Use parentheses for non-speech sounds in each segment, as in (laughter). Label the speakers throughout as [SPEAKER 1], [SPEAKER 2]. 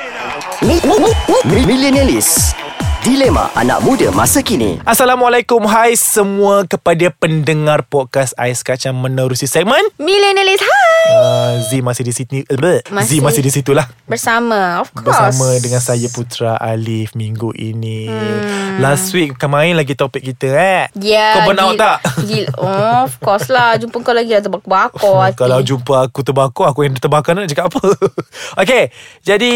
[SPEAKER 1] Mi- mi- mi- mi- Millenialis Dilema anak muda masa kini
[SPEAKER 2] Assalamualaikum Hai semua kepada pendengar podcast Ais Kacang menerusi segmen
[SPEAKER 3] Millennialis Hai
[SPEAKER 2] uh, Z masih di sini uh, Z
[SPEAKER 3] Masih.
[SPEAKER 2] masih di situ lah
[SPEAKER 3] Bersama Of course
[SPEAKER 2] Bersama dengan saya Putra Alif minggu ini hmm. Last week bukan main lagi topik kita eh
[SPEAKER 3] Ya
[SPEAKER 2] Kau burn out
[SPEAKER 3] gil-
[SPEAKER 2] tak?
[SPEAKER 3] gil- oh, Of course lah Jumpa kau lagi dah terbakar-bakar Oh, hati.
[SPEAKER 2] Oh, Hmm, Kalau jumpa aku terbakar Aku yang terbakar nak cakap apa (laughs) Okay Jadi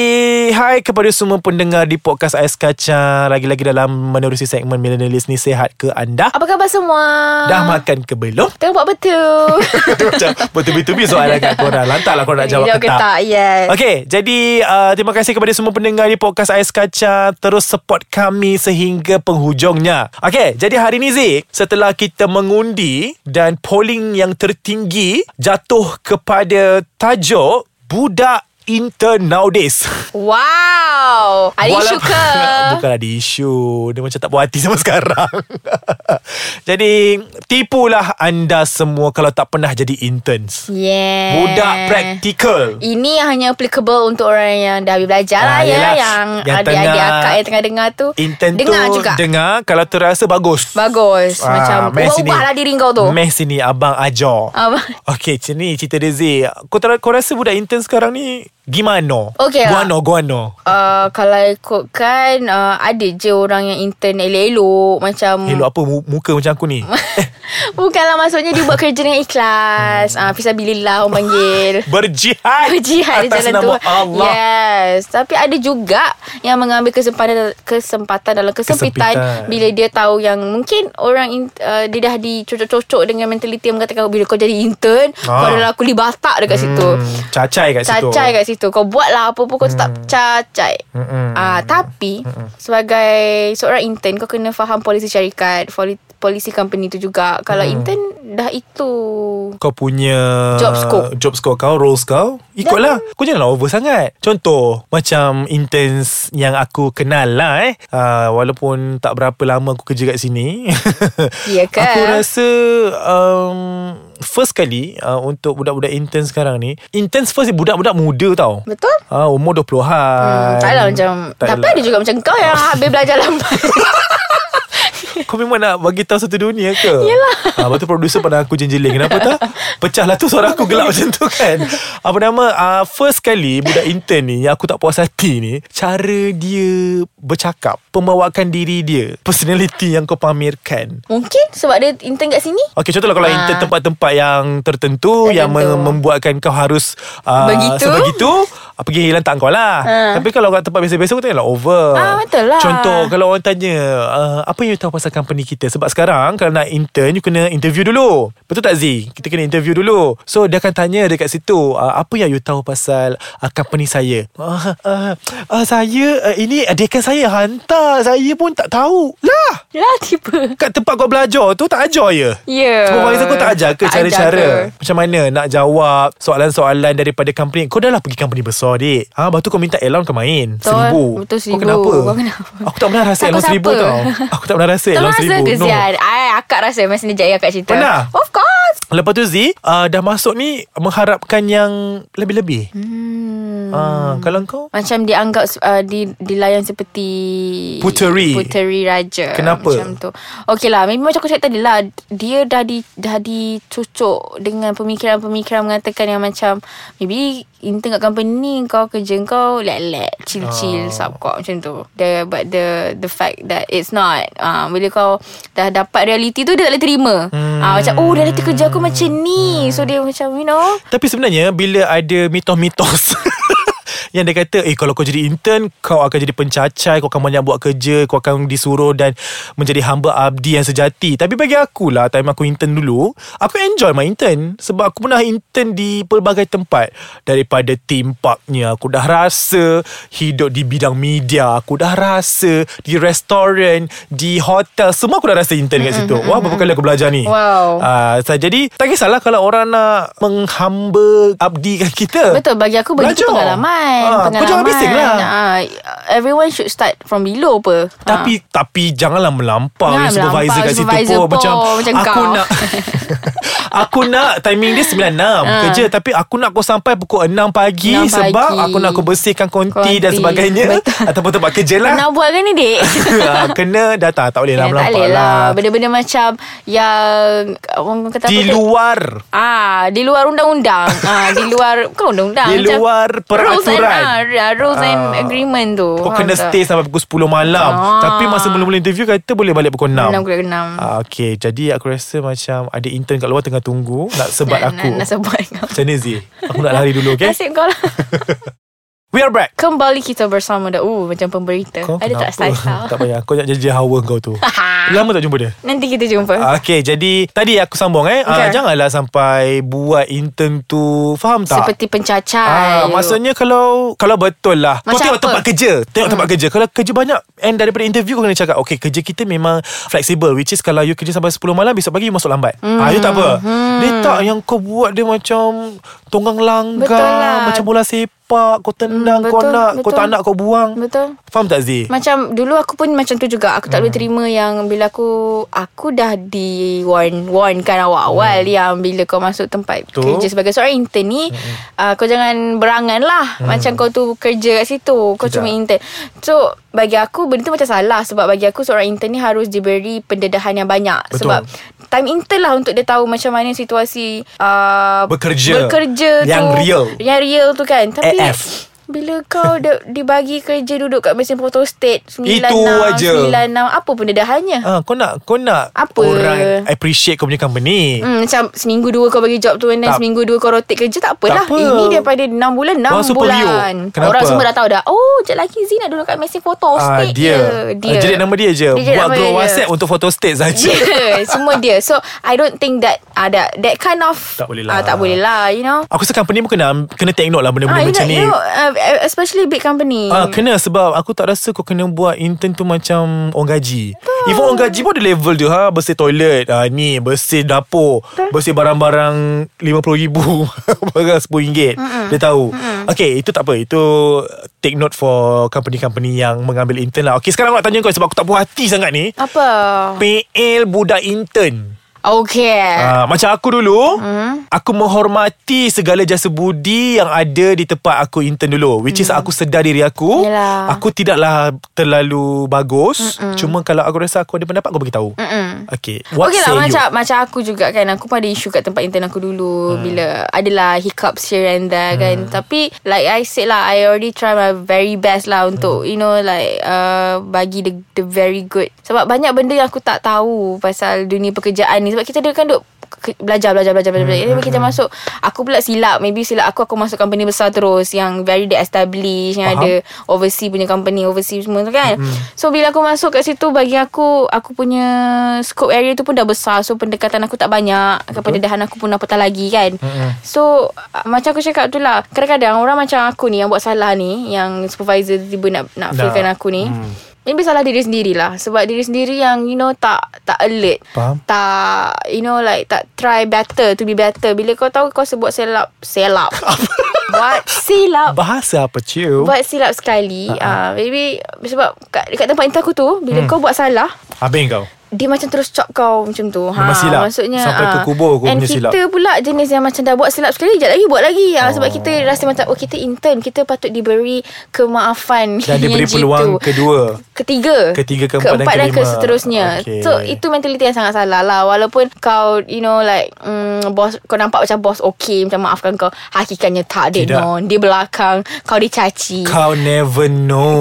[SPEAKER 2] Hai kepada semua pendengar Di podcast Ais Kacang Lagi-lagi dalam Menerusi segmen Millennialist ni Sehat ke anda?
[SPEAKER 3] Apa khabar semua?
[SPEAKER 2] Dah makan ke belum?
[SPEAKER 3] Tengok buat betul
[SPEAKER 2] (laughs) Itu macam Bertubi-tubi soalan kat korang Lantaklah korang nak jawab
[SPEAKER 3] Jawab
[SPEAKER 2] ke tak,
[SPEAKER 3] tak, yes.
[SPEAKER 2] Okay Jadi uh, Terima kasih kepada semua pendengar Di podcast Ais Kaca Terus support kami Sehingga penghujungnya Okay Jadi hari ni Zik Setelah kita mengundi Dan polling yang tertinggi Jatuh kepada Tajuk Budak Intern nowadays
[SPEAKER 3] Wow Ada isu ke?
[SPEAKER 2] (laughs) Bukan ada isu Dia macam tak puas hati sama sekarang (laughs) Jadi Tipulah anda semua Kalau tak pernah jadi interns
[SPEAKER 3] Yeah
[SPEAKER 2] Budak praktikal
[SPEAKER 3] ini hanya applicable untuk orang yang dah habis belajar lah
[SPEAKER 2] Ah,
[SPEAKER 3] ya
[SPEAKER 2] yelah.
[SPEAKER 3] Yang
[SPEAKER 2] Yang
[SPEAKER 3] adik-adik
[SPEAKER 2] tengah-
[SPEAKER 3] akak yang tengah dengar tu
[SPEAKER 2] Intern
[SPEAKER 3] Dengar
[SPEAKER 2] tu
[SPEAKER 3] juga
[SPEAKER 2] Dengar Kalau terasa bagus
[SPEAKER 3] Bagus Macam
[SPEAKER 2] Ah, meh sini.
[SPEAKER 3] ubah-ubah lah diri kau tu
[SPEAKER 2] Meh sini Abang ajar
[SPEAKER 3] Abang.
[SPEAKER 2] Okay macam ni cerita dia Zee kau, ter- kau rasa budak intern sekarang ni Gimana
[SPEAKER 3] Okay lah.
[SPEAKER 2] Guano Guano
[SPEAKER 3] Uh, kalau ikutkan uh, Ada je orang yang intern elok-elok Macam
[SPEAKER 2] Hello apa mu- muka macam aku
[SPEAKER 3] (laughs)
[SPEAKER 2] ni Eh,
[SPEAKER 3] Bukanlah maksudnya Dia buat kerja dengan ikhlas
[SPEAKER 2] Hmm.
[SPEAKER 3] uh, Fisabilillah orang
[SPEAKER 2] (laughs)
[SPEAKER 3] panggil
[SPEAKER 2] Berjihad
[SPEAKER 3] Berjihad di
[SPEAKER 2] Atas
[SPEAKER 3] jalan
[SPEAKER 2] nama
[SPEAKER 3] tu Ya,
[SPEAKER 2] Allah
[SPEAKER 3] Yes Tapi ada juga Yang mengambil kesempatan Kesempatan dalam kesempitan,
[SPEAKER 2] Kesempitan.
[SPEAKER 3] Bila dia tahu yang Mungkin orang in, uh, Dia dah dicocok-cocok Dengan mentaliti yang mengatakan "Oh, Bila kau jadi intern
[SPEAKER 2] Ah.
[SPEAKER 3] Kau adalah kuli batak dekat situ
[SPEAKER 2] Hmm, Cacai kat situ Hmm.
[SPEAKER 3] Cacai kat situ Kau buat lah apa pun Kau tetap cacai
[SPEAKER 2] Mm-mm.
[SPEAKER 3] Ah, Tapi
[SPEAKER 2] Hmm.
[SPEAKER 3] Sebagai seorang intern Kau kena faham polisi syarikat poli- Polisi company tu juga Kalau
[SPEAKER 2] Hmm.
[SPEAKER 3] intern Dah itu
[SPEAKER 2] kau punya
[SPEAKER 3] Job scope.
[SPEAKER 2] job scope kau roles kau ikutlah kau janganlah over sangat contoh macam intense yang aku kenal lah eh uh, walaupun tak berapa lama aku kerja kat sini
[SPEAKER 3] (laughs) Ya ke?
[SPEAKER 2] aku rasa um, first kali uh, untuk budak-budak intern sekarang ni intense first budak-budak muda tau
[SPEAKER 3] Betul?
[SPEAKER 2] uh, umur 20-an
[SPEAKER 3] Hmm, tak lah macam
[SPEAKER 2] Tak
[SPEAKER 3] Tapi
[SPEAKER 2] adalah.
[SPEAKER 3] ada juga macam kau Yang habis belajar
[SPEAKER 2] (laughs)
[SPEAKER 3] lambat
[SPEAKER 2] Kau memang nak bagi tahu satu dunia ke? Yelah ha, Lepas tu producer pandang aku jenjeling Kenapa tak? Pecahlah tu suara aku gelap macam tu kan Apa nama uh, First kali budak intern ni Yang aku tak puas hati ni Cara dia bercakap Pembawakan diri dia Personality yang kau pamerkan
[SPEAKER 3] Mungkin sebab dia intern kat sini
[SPEAKER 2] Okay contohlah kalau
[SPEAKER 3] Ah.
[SPEAKER 2] intern tempat-tempat yang tertentu,
[SPEAKER 3] Tertentu.
[SPEAKER 2] Yang mem- membuatkan kau harus uh,
[SPEAKER 3] Begitu.
[SPEAKER 2] Sebegitu uh, Pergi lantak kau lah
[SPEAKER 3] Ah.
[SPEAKER 2] Tapi kalau kat tempat biasa-biasa Kau tanya lah over
[SPEAKER 3] Ah, betul lah.
[SPEAKER 2] Contoh kalau orang tanya uh, Apa you tahu pasal company kita Sebab sekarang kalau nak intern You kena interview dulu Betul tak Z? Kita kena interview dulu So dia akan tanya dekat situ uh, Apa yang you tahu pasal uh, company saya uh, uh, uh, Saya uh, Ini adekan saya hantar Saya pun tak tahu Lah
[SPEAKER 3] Lah tiba
[SPEAKER 2] Kat tempat kau belajar tu tak ajar je
[SPEAKER 3] Ya.
[SPEAKER 2] Supervisor kau tak ajar ke
[SPEAKER 3] Tak
[SPEAKER 2] cara-cara
[SPEAKER 3] ajar ke?
[SPEAKER 2] Macam mana nak jawab Soalan-soalan daripada company Kau dah lah pergi company besar dik ha, Lepas tu kau minta allowance kau main
[SPEAKER 3] Betul.
[SPEAKER 2] Seribu
[SPEAKER 3] Betul,
[SPEAKER 2] Kau
[SPEAKER 3] seribu.
[SPEAKER 2] kenapa?
[SPEAKER 3] Kau kenapa?
[SPEAKER 2] Aku tak pernah rasa
[SPEAKER 3] Tak, kau
[SPEAKER 2] allowance seribu
[SPEAKER 3] siapa?
[SPEAKER 2] tau Aku tak pernah rasa
[SPEAKER 3] Kau
[SPEAKER 2] allowance
[SPEAKER 3] rasa
[SPEAKER 2] Eh, seribu
[SPEAKER 3] ke
[SPEAKER 2] no.
[SPEAKER 3] Zian? Ay, akak rasa Masa dia jaya akak cerita
[SPEAKER 2] Pernah?
[SPEAKER 3] Of course
[SPEAKER 2] Lepas tu Z uh, Dah masuk ni Mengharapkan yang Lebih-lebih hmm. uh, Kalau kau
[SPEAKER 3] Macam dianggap uh, di, Dilayan seperti
[SPEAKER 2] Puteri.
[SPEAKER 3] Puteri Raja
[SPEAKER 2] Kenapa?
[SPEAKER 3] Macam tu Okey lah Memang macam aku cakap tadi lah Dia dah, di, dah dicucuk Dengan pemikiran-pemikiran Mengatakan yang macam Maybe Intern kat company ni Kau kerja kau Let-let Chill-chill oh. Subkop macam tu the, But the The fact that It's not uh, Bila kau Dah dapat reality tu Dia tak boleh terima hmm. uh, Macam oh reality kerja aku macam ni So dia macam you know
[SPEAKER 2] Tapi sebenarnya bila ada mitos-mitos (laughs) yang dia kata eh kalau kau jadi intern kau akan jadi pencacai kau akan banyak buat kerja kau akan disuruh dan menjadi hamba abdi yang sejati tapi bagi aku lah time aku intern dulu aku enjoy my intern sebab aku pernah intern di pelbagai tempat daripada theme parknya aku dah rasa hidup di bidang media aku dah rasa di restoran di hotel semua aku dah rasa intern kat situ wah berapa kali aku belajar ni
[SPEAKER 3] Wow.
[SPEAKER 2] Ah, uh, jadi tak kisahlah kalau orang nak menghamba abdikan kita.
[SPEAKER 3] Betul bagi aku benda tu
[SPEAKER 2] Belajar.
[SPEAKER 3] pengalaman
[SPEAKER 2] Ah,
[SPEAKER 3] Pengalaman
[SPEAKER 2] kau jangan bising lah.
[SPEAKER 3] ah, Everyone should start From below apa Ah.
[SPEAKER 2] Tapi tapi janganlah melampau
[SPEAKER 3] Jangan
[SPEAKER 2] yang supervisor
[SPEAKER 3] melampau,
[SPEAKER 2] kat situ
[SPEAKER 3] supervisor
[SPEAKER 2] pun
[SPEAKER 3] pun,
[SPEAKER 2] macam,
[SPEAKER 3] macam
[SPEAKER 2] aku
[SPEAKER 3] kau.
[SPEAKER 2] nak (laughs) aku nak timing dia 96 kerja tapi aku nak kau sampai pukul 6 pagi,
[SPEAKER 3] 6
[SPEAKER 2] sebab
[SPEAKER 3] Ah. pagi.
[SPEAKER 2] aku nak kau bersihkan konti,
[SPEAKER 3] Konti.
[SPEAKER 2] dan sebagainya
[SPEAKER 3] Betul.
[SPEAKER 2] (laughs) ataupun tempat kerja
[SPEAKER 3] ha.
[SPEAKER 2] lah.
[SPEAKER 3] Nak buat kan ni dek
[SPEAKER 2] (laughs) Ah, Kena datang tak boleh lah
[SPEAKER 3] Ya, tak
[SPEAKER 2] melampau
[SPEAKER 3] boleh lah
[SPEAKER 2] lah.
[SPEAKER 3] Benda-benda macam Yang Orang kata apa
[SPEAKER 2] Di
[SPEAKER 3] tu?
[SPEAKER 2] luar
[SPEAKER 3] Ah, di luar
[SPEAKER 2] (laughs)
[SPEAKER 3] undang-undang. ah, di luar bukan undang-undang.
[SPEAKER 2] Di
[SPEAKER 3] Ah, macam
[SPEAKER 2] luar peraturan.
[SPEAKER 3] Rules and, ah, rules and
[SPEAKER 2] Ah.
[SPEAKER 3] agreement tu.
[SPEAKER 2] Kau
[SPEAKER 3] Faham
[SPEAKER 2] kena
[SPEAKER 3] tak?
[SPEAKER 2] stay sampai pukul 10 malam
[SPEAKER 3] Ah.
[SPEAKER 2] Tapi masa mula-mula interview Kata boleh balik pukul 6
[SPEAKER 3] Enam kena enam.
[SPEAKER 2] Ah, okay, jadi aku rasa macam Ada intern kat luar tengah tunggu Nak sebat
[SPEAKER 3] Nak-
[SPEAKER 2] aku
[SPEAKER 3] Nak, nak sebat kau.
[SPEAKER 2] Macam mana Zee? Aku nak lari dulu, okay?
[SPEAKER 3] Nasib kau
[SPEAKER 2] (laughs)
[SPEAKER 3] lah.
[SPEAKER 2] We are back
[SPEAKER 3] Kembali kita bersama dah. Uh, macam pemberita.
[SPEAKER 2] Kau
[SPEAKER 3] Ada
[SPEAKER 2] kenapa?
[SPEAKER 3] tak style kau?
[SPEAKER 2] (laughs) tak payah Kau nak jadi hawa kau
[SPEAKER 3] (laughs)
[SPEAKER 2] tu Lama tak jumpa dia?
[SPEAKER 3] Nanti kita jumpa.
[SPEAKER 2] Ah, Okay jadi Tadi aku sambung eh okay.
[SPEAKER 3] Okay.
[SPEAKER 2] Janganlah sampai Buat intern tu Faham tak?
[SPEAKER 3] Seperti
[SPEAKER 2] Ah,
[SPEAKER 3] pencacai.
[SPEAKER 2] maksudnya kalau kalau betul lah. Kau
[SPEAKER 3] Macam
[SPEAKER 2] tengok
[SPEAKER 3] apa? Hmm.
[SPEAKER 2] tempat kerja, tengok tempat kerja. Kalau kerja banyak and daripada interview kau kena cakap, okay kerja kita memang flexible which is kalau you kerja sampai 10 malam besok pagi you masuk lambat. Hmm. Ah, you tak apa. Hmm. Dia tak yang kau buat dia macam tonggang langgar,
[SPEAKER 3] Betul lah.
[SPEAKER 2] macam bola sepak, kau tendang,
[SPEAKER 3] Hmm,
[SPEAKER 2] kau
[SPEAKER 3] betul,
[SPEAKER 2] nak, kau
[SPEAKER 3] betul.
[SPEAKER 2] tak nak kau buang.
[SPEAKER 3] Betul.
[SPEAKER 2] Faham tak Zee?
[SPEAKER 3] Macam dulu aku pun macam tu juga Aku
[SPEAKER 2] Hmm.
[SPEAKER 3] tak boleh terima yang Bila aku Aku dah di Warn Warn kan awal-awal Yang bila kau masuk
[SPEAKER 2] Hmm.
[SPEAKER 3] tempat
[SPEAKER 2] Betul. Hmm,
[SPEAKER 3] Kerja sebagai seorang intern ni uh, Kau jangan berangan lah Macam kau tu kerja kat situ Kau
[SPEAKER 2] Tidak.
[SPEAKER 3] cuma intern So bagi aku Benda tu macam salah Sebab bagi aku Seorang intern ni harus diberi Pendedahan yang banyak
[SPEAKER 2] Betul.
[SPEAKER 3] Sebab Time intern lah Untuk dia tahu macam mana situasi uh,
[SPEAKER 2] Bekerja.
[SPEAKER 3] Bekerja
[SPEAKER 2] Yang
[SPEAKER 3] tu
[SPEAKER 2] real.
[SPEAKER 3] Yang real tu kan Tapi
[SPEAKER 2] AF.
[SPEAKER 3] bila kau (laughs) de- dibagi kerja duduk kat mesin photostat 96,
[SPEAKER 2] Itu aja.
[SPEAKER 3] 96 apa pun dedahannya. Uh.
[SPEAKER 2] Ah, kau nak kau nak
[SPEAKER 3] Apa?
[SPEAKER 2] orang appreciate kau punya company.
[SPEAKER 3] Hmm, macam seminggu dua kau bagi job tu And then
[SPEAKER 2] Tak-
[SPEAKER 3] seminggu dua kau rotate kerja Tak apalah
[SPEAKER 2] Tak apa.
[SPEAKER 3] Ini daripada 6 bulan 6
[SPEAKER 2] Orang super you.
[SPEAKER 3] bulan
[SPEAKER 2] Kenapa?
[SPEAKER 3] Orang semua dah tahu dah Oh sekejap lagi Z nak duduk kat mesin foto
[SPEAKER 2] Ah,
[SPEAKER 3] State
[SPEAKER 2] dia.
[SPEAKER 3] je
[SPEAKER 2] dia. Ah, jerit nama
[SPEAKER 3] (laughs)
[SPEAKER 2] dia je.
[SPEAKER 3] jerit
[SPEAKER 2] Buat
[SPEAKER 3] nama
[SPEAKER 2] grow
[SPEAKER 3] dia je.
[SPEAKER 2] WhatsApp untuk photo state saja.
[SPEAKER 3] Yeah, Ya, semua dia So I don't think that uh, that, that kind of
[SPEAKER 2] Tak boleh lah.
[SPEAKER 3] ah, Tak boleh lah You know
[SPEAKER 2] Aku rasa company pun kena Kena take note lah Benda-benda
[SPEAKER 3] Ah, you
[SPEAKER 2] macam
[SPEAKER 3] know,
[SPEAKER 2] ni
[SPEAKER 3] you know uh, Especially big company
[SPEAKER 2] Ah, kena sebab aku tak rasa kau kena buat intern tu macam orang gaji. Even orang gaji pun ada level dia ha, bersih toilet, ha, ni bersih dapur, bersih barang-barang RM50,000, (laughs) barang RM10. Dia tahu. Okay, itu tak apa. Itu take note for company-company yang mengambil intern lah. Okay, sekarang aku nak tanya kau sebab aku tak puas hati sangat ni.
[SPEAKER 3] Apa
[SPEAKER 2] PL budak intern.
[SPEAKER 3] Okay
[SPEAKER 2] Ah, macam aku dulu hmm. Aku menghormati Segala jasa budi Yang ada di tempat aku intern dulu Which is aku sedar diri aku
[SPEAKER 3] Hmm. Yelah.
[SPEAKER 2] Aku tidaklah Terlalu bagus Mm-mm. Cuma kalau aku rasa Aku ada pendapat Aku beritahu
[SPEAKER 3] Mm-mm.
[SPEAKER 2] Okay What
[SPEAKER 3] okay
[SPEAKER 2] say
[SPEAKER 3] lah
[SPEAKER 2] you?
[SPEAKER 3] macam macam aku juga kan aku pun ada isu kat tempat intern aku dulu hmm. bila adalah hiccups here and there hmm. kan tapi like I said lah I already try my very best lah
[SPEAKER 2] Hmm.
[SPEAKER 3] untuk you know like uh, bagi the the very good sebab banyak benda yang aku tak tahu pasal dunia pekerjaan ni sebab kita dia kan duk ke- belajar belajar belajar
[SPEAKER 2] Hmm,
[SPEAKER 3] belajar belajar. Maybe kita masuk aku pula silap maybe silap aku aku masuk company besar terus yang very dia established yang
[SPEAKER 2] Faham.
[SPEAKER 3] ada overseas punya company overseas semua tu kan mm-hmm. so bila aku masuk kat situ bagi aku aku punya scope area tu pun dah besar so pendekatan aku tak banyak kepada dahan aku pun apatah lagi kan mm-hmm. so uh, macam aku cakap tu lah kadang-kadang orang macam aku ni yang buat salah ni yang supervisor tiba-tiba nak nak
[SPEAKER 2] Dah.
[SPEAKER 3] failkan aku ni mm. Maybe salah diri sendirilah Sebab diri sendiri yang You know tak Tak alert
[SPEAKER 2] Faham.
[SPEAKER 3] Tak You know like Tak try better To be better Bila kau tahu Kau sebut selap Selap
[SPEAKER 2] (laughs)
[SPEAKER 3] Buat silap
[SPEAKER 2] Bahasa apa cium
[SPEAKER 3] buat silap sekali
[SPEAKER 2] Ah,
[SPEAKER 3] uh-huh. uh, maybe sebab kat, dekat tempat intern aku tu bila hmm. kau buat salah
[SPEAKER 2] Habis kau
[SPEAKER 3] dia macam terus cop kau macam tu Ha,
[SPEAKER 2] Memang silap.
[SPEAKER 3] maksudnya
[SPEAKER 2] Sampai
[SPEAKER 3] ah.
[SPEAKER 2] ke kubur kau
[SPEAKER 3] and
[SPEAKER 2] punya
[SPEAKER 3] kita
[SPEAKER 2] silap.
[SPEAKER 3] pula jenis yang macam dah buat silap sekali jap lagi buat lagi oh. sebab kita rasa macam oh kita intern kita patut diberi kemaafan
[SPEAKER 2] Dan
[SPEAKER 3] (laughs) yang
[SPEAKER 2] diberi
[SPEAKER 3] gitu.
[SPEAKER 2] peluang kedua
[SPEAKER 3] Ketiga
[SPEAKER 2] Ketiga, keempat dan
[SPEAKER 3] dan
[SPEAKER 2] kelima.
[SPEAKER 3] seterusnya
[SPEAKER 2] Okey.
[SPEAKER 3] okay. So itu mentaliti yang sangat salah lah Walaupun kau you know like mm, bos Kau nampak macam bos okay Macam maafkan kau Hakikatnya tak dek
[SPEAKER 2] Tidak.
[SPEAKER 3] non Di belakang Kau dicaci
[SPEAKER 2] Kau never know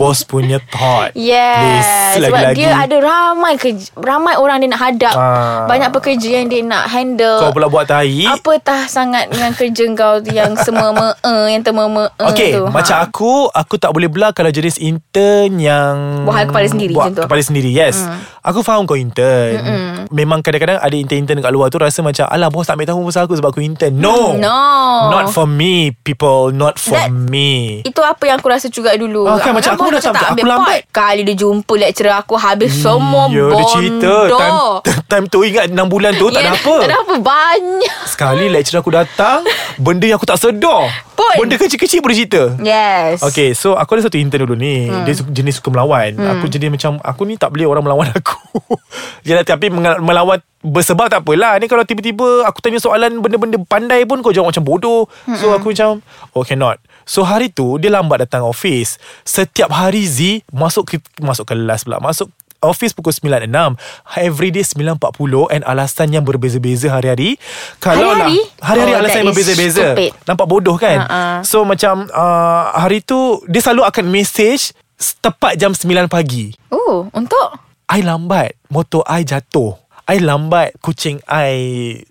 [SPEAKER 2] Bos punya thought
[SPEAKER 3] (laughs) Yes
[SPEAKER 2] Please
[SPEAKER 3] Sebab
[SPEAKER 2] Lagi-lagi
[SPEAKER 3] dia ada ramai kerja, Ramai orang dia nak hadap
[SPEAKER 2] Ah.
[SPEAKER 3] ah. Banyak pekerja yang dia nak handle
[SPEAKER 2] Kau pula buat tahi
[SPEAKER 3] Apatah sangat dengan kerja kau tu
[SPEAKER 2] (laughs)
[SPEAKER 3] Yang semua Yang termeme
[SPEAKER 2] Okay
[SPEAKER 3] Ah, tu Ha.
[SPEAKER 2] Macam aku Aku tak boleh belah Kalau jenis intern yang
[SPEAKER 3] Buat hal kepala sendiri
[SPEAKER 2] Buat
[SPEAKER 3] macam tu.
[SPEAKER 2] kepala sendiri Yes hmm. Aku faham kau intern Mm-mm. Memang kadang-kadang Ada intern-intern kat luar tu Rasa macam Alah bos tak ambil tahu Pasal aku sebab aku intern No
[SPEAKER 3] No.
[SPEAKER 2] Not for me people Not for
[SPEAKER 3] That-
[SPEAKER 2] me
[SPEAKER 3] Itu apa yang aku rasa juga dulu
[SPEAKER 2] Ah, kan, macam
[SPEAKER 3] Kenapa
[SPEAKER 2] aku dah
[SPEAKER 3] tak
[SPEAKER 2] sampai,
[SPEAKER 3] ambil
[SPEAKER 2] aku lambat.
[SPEAKER 3] part? Kali dia jumpa lecturer aku Habis semua
[SPEAKER 2] Ya
[SPEAKER 3] bondo
[SPEAKER 2] dia cerita time, time tu ingat 6 bulan tu (laughs) tak
[SPEAKER 3] Ya,
[SPEAKER 2] ada apa
[SPEAKER 3] Tak ada apa Banyak
[SPEAKER 2] Sekali lecturer aku datang Benda yang aku tak sedar
[SPEAKER 3] Pun.
[SPEAKER 2] Benda kecil-kecil boleh cerita
[SPEAKER 3] Yes
[SPEAKER 2] Okay so aku ada satu intern dulu ni hmm. Dia su- jenis suka melawan hmm. Aku jadi macam Aku ni tak boleh orang melawan aku (laughs) Yalah, Tapi mengal- melawan Bersebab tak apalah Ni kalau tiba-tiba Aku tanya soalan Benda-benda pandai pun Kau jawab macam bodoh hmm. So aku macam Oh cannot So hari tu Dia lambat datang office Setiap hari Z Masuk ke, masuk kelas pula Masuk Office pukul 9.06 Everyday 9.40 And alasan yang berbeza-beza hari-hari Kalau
[SPEAKER 3] Hari-hari?
[SPEAKER 2] lah Hari-hari
[SPEAKER 3] Oh,
[SPEAKER 2] alasan
[SPEAKER 3] that
[SPEAKER 2] yang
[SPEAKER 3] is
[SPEAKER 2] berbeza-beza
[SPEAKER 3] stupid.
[SPEAKER 2] Nampak bodoh kan
[SPEAKER 3] Ha-ha.
[SPEAKER 2] uh-uh. So macam uh, Hari tu Dia selalu akan message Tepat jam 9 pagi
[SPEAKER 3] Oh untuk
[SPEAKER 2] I lambat Motor I jatuh I lambat Kucing I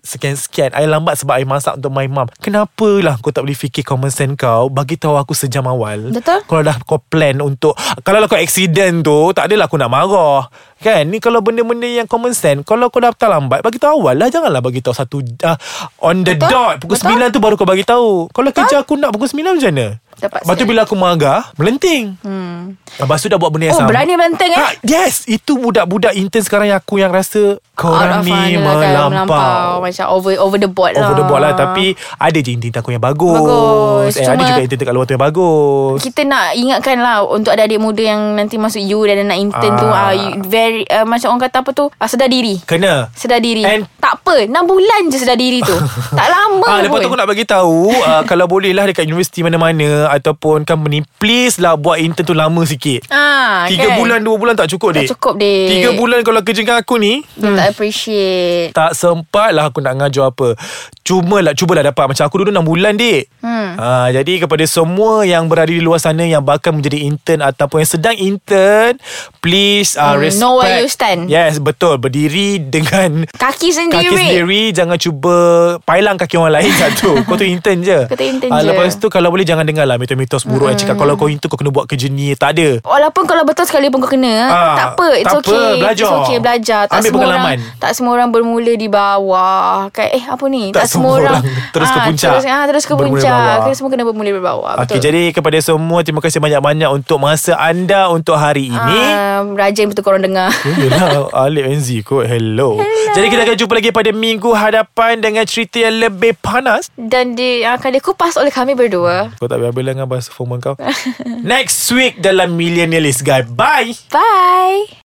[SPEAKER 2] Sekian-sekian I lambat sebab I masak untuk my mum Kenapalah kau tak boleh fikir common sense kau Bagi tahu aku sejam awal
[SPEAKER 3] Betul.
[SPEAKER 2] Kalau dah kau plan untuk Kalau lah kau accident tu Tak adalah aku nak marah Kan Ni kalau benda-benda yang common sense Kalau kau dah tak lambat Bagi tahu awal lah Janganlah bagi tahu satu uh, On the
[SPEAKER 3] Betul.
[SPEAKER 2] dot Pukul
[SPEAKER 3] Betul.
[SPEAKER 2] Betul? 9 tu baru kau bagi tahu Kalau kerja aku nak pukul 9 macam mana
[SPEAKER 3] Dapat
[SPEAKER 2] Lepas tu
[SPEAKER 3] sial.
[SPEAKER 2] bila aku marah Melenting hmm. Lepas tu dah buat benda yang
[SPEAKER 3] Oh,
[SPEAKER 2] sama
[SPEAKER 3] berani melenting, eh?
[SPEAKER 2] Ah, Yes Itu budak-budak intern sekarang Yang aku yang rasa Korang
[SPEAKER 3] Out of
[SPEAKER 2] ni
[SPEAKER 3] hand lah kan, melampau
[SPEAKER 2] melampau
[SPEAKER 3] Macam over over the board lah
[SPEAKER 2] Over the board lah Tapi Ada je intern aku yang bagus,
[SPEAKER 3] Bagus.
[SPEAKER 2] Eh, Ada
[SPEAKER 3] Cuma-
[SPEAKER 2] juga intern kat luar tu yang bagus
[SPEAKER 3] kita nak ingatkan lah Untuk adik-adik muda yang nanti masuk U Dan nak intern tu
[SPEAKER 2] Ah.
[SPEAKER 3] ah, you- very ah, Macam orang kata apa tu ah, Sedar diri
[SPEAKER 2] Kena
[SPEAKER 3] Sedar diri
[SPEAKER 2] And-
[SPEAKER 3] Tak apa 6 bulan je sedar diri tu
[SPEAKER 2] (laughs)
[SPEAKER 3] Tak lama
[SPEAKER 2] Ah, lepas
[SPEAKER 3] pun
[SPEAKER 2] tu aku nak bagi tahu uh, (laughs) kalau boleh lah dekat universiti mana-mana ataupun company please lah buat intern tu lama sikit.
[SPEAKER 3] ah,
[SPEAKER 2] Tiga
[SPEAKER 3] kan?
[SPEAKER 2] bulan dua bulan tak cukup
[SPEAKER 3] Tak
[SPEAKER 2] dek.
[SPEAKER 3] cukup dek.
[SPEAKER 2] Tiga bulan kalau kerja dengan aku ni
[SPEAKER 3] Dia Hmm. tak appreciate
[SPEAKER 2] tak sempat lah aku nak ngajar apa. Cuma lah, cubalah dapat. Macam aku dulu 6 bulan, dik. Hmm. Ha, jadi kepada semua yang berada di luar sana yang bakal menjadi intern ataupun yang sedang intern, please uh,
[SPEAKER 3] Hmm,
[SPEAKER 2] respect.
[SPEAKER 3] know where you stand.
[SPEAKER 2] Yes, betul. Berdiri dengan
[SPEAKER 3] Kaki sendiri
[SPEAKER 2] kaki sendiri. Jangan cuba pailang kaki orang lain (laughs) satu. kau tu intern je.
[SPEAKER 3] Kau tu intern
[SPEAKER 2] Ah,
[SPEAKER 3] je.
[SPEAKER 2] Lepas tu kalau boleh jangan dengar lah mitos-mitos buruk hmm. yang cakap kalau kau intern kau kena buat kerja ni. Tak ada.
[SPEAKER 3] Walaupun kalau betul sekali pun kau kena
[SPEAKER 2] Ah,
[SPEAKER 3] Tak apa It's
[SPEAKER 2] tak apa,
[SPEAKER 3] okay
[SPEAKER 2] belajar.
[SPEAKER 3] It's okay belajar tak
[SPEAKER 2] Ambil
[SPEAKER 3] semua
[SPEAKER 2] pengalaman.
[SPEAKER 3] orang, Tak semua orang bermula di bawah kan, Eh apa ni
[SPEAKER 2] Tak semua orang terus ke
[SPEAKER 3] Ah,
[SPEAKER 2] puncak.
[SPEAKER 3] Terus, ah, terus ke
[SPEAKER 2] Bermula di
[SPEAKER 3] puncak
[SPEAKER 2] bawah. Ah,
[SPEAKER 3] Kita semua kena bermula di bawah
[SPEAKER 2] Okey,
[SPEAKER 3] Betul
[SPEAKER 2] jadi kepada semua terima kasih banyak-banyak untuk masa anda untuk hari ini.
[SPEAKER 3] Ah, Rajin betul korang dengar
[SPEAKER 2] Yelah Alif and Z kot Hello. Hello Jadi kita akan jumpa lagi pada minggu hadapan Dengan cerita yang lebih panas
[SPEAKER 3] Dan dia akan dikupas oleh kami berdua
[SPEAKER 2] Kau tak habis-habis dengan bahasa formal kau Next week dalam Millionaire List Guy Bye
[SPEAKER 3] Bye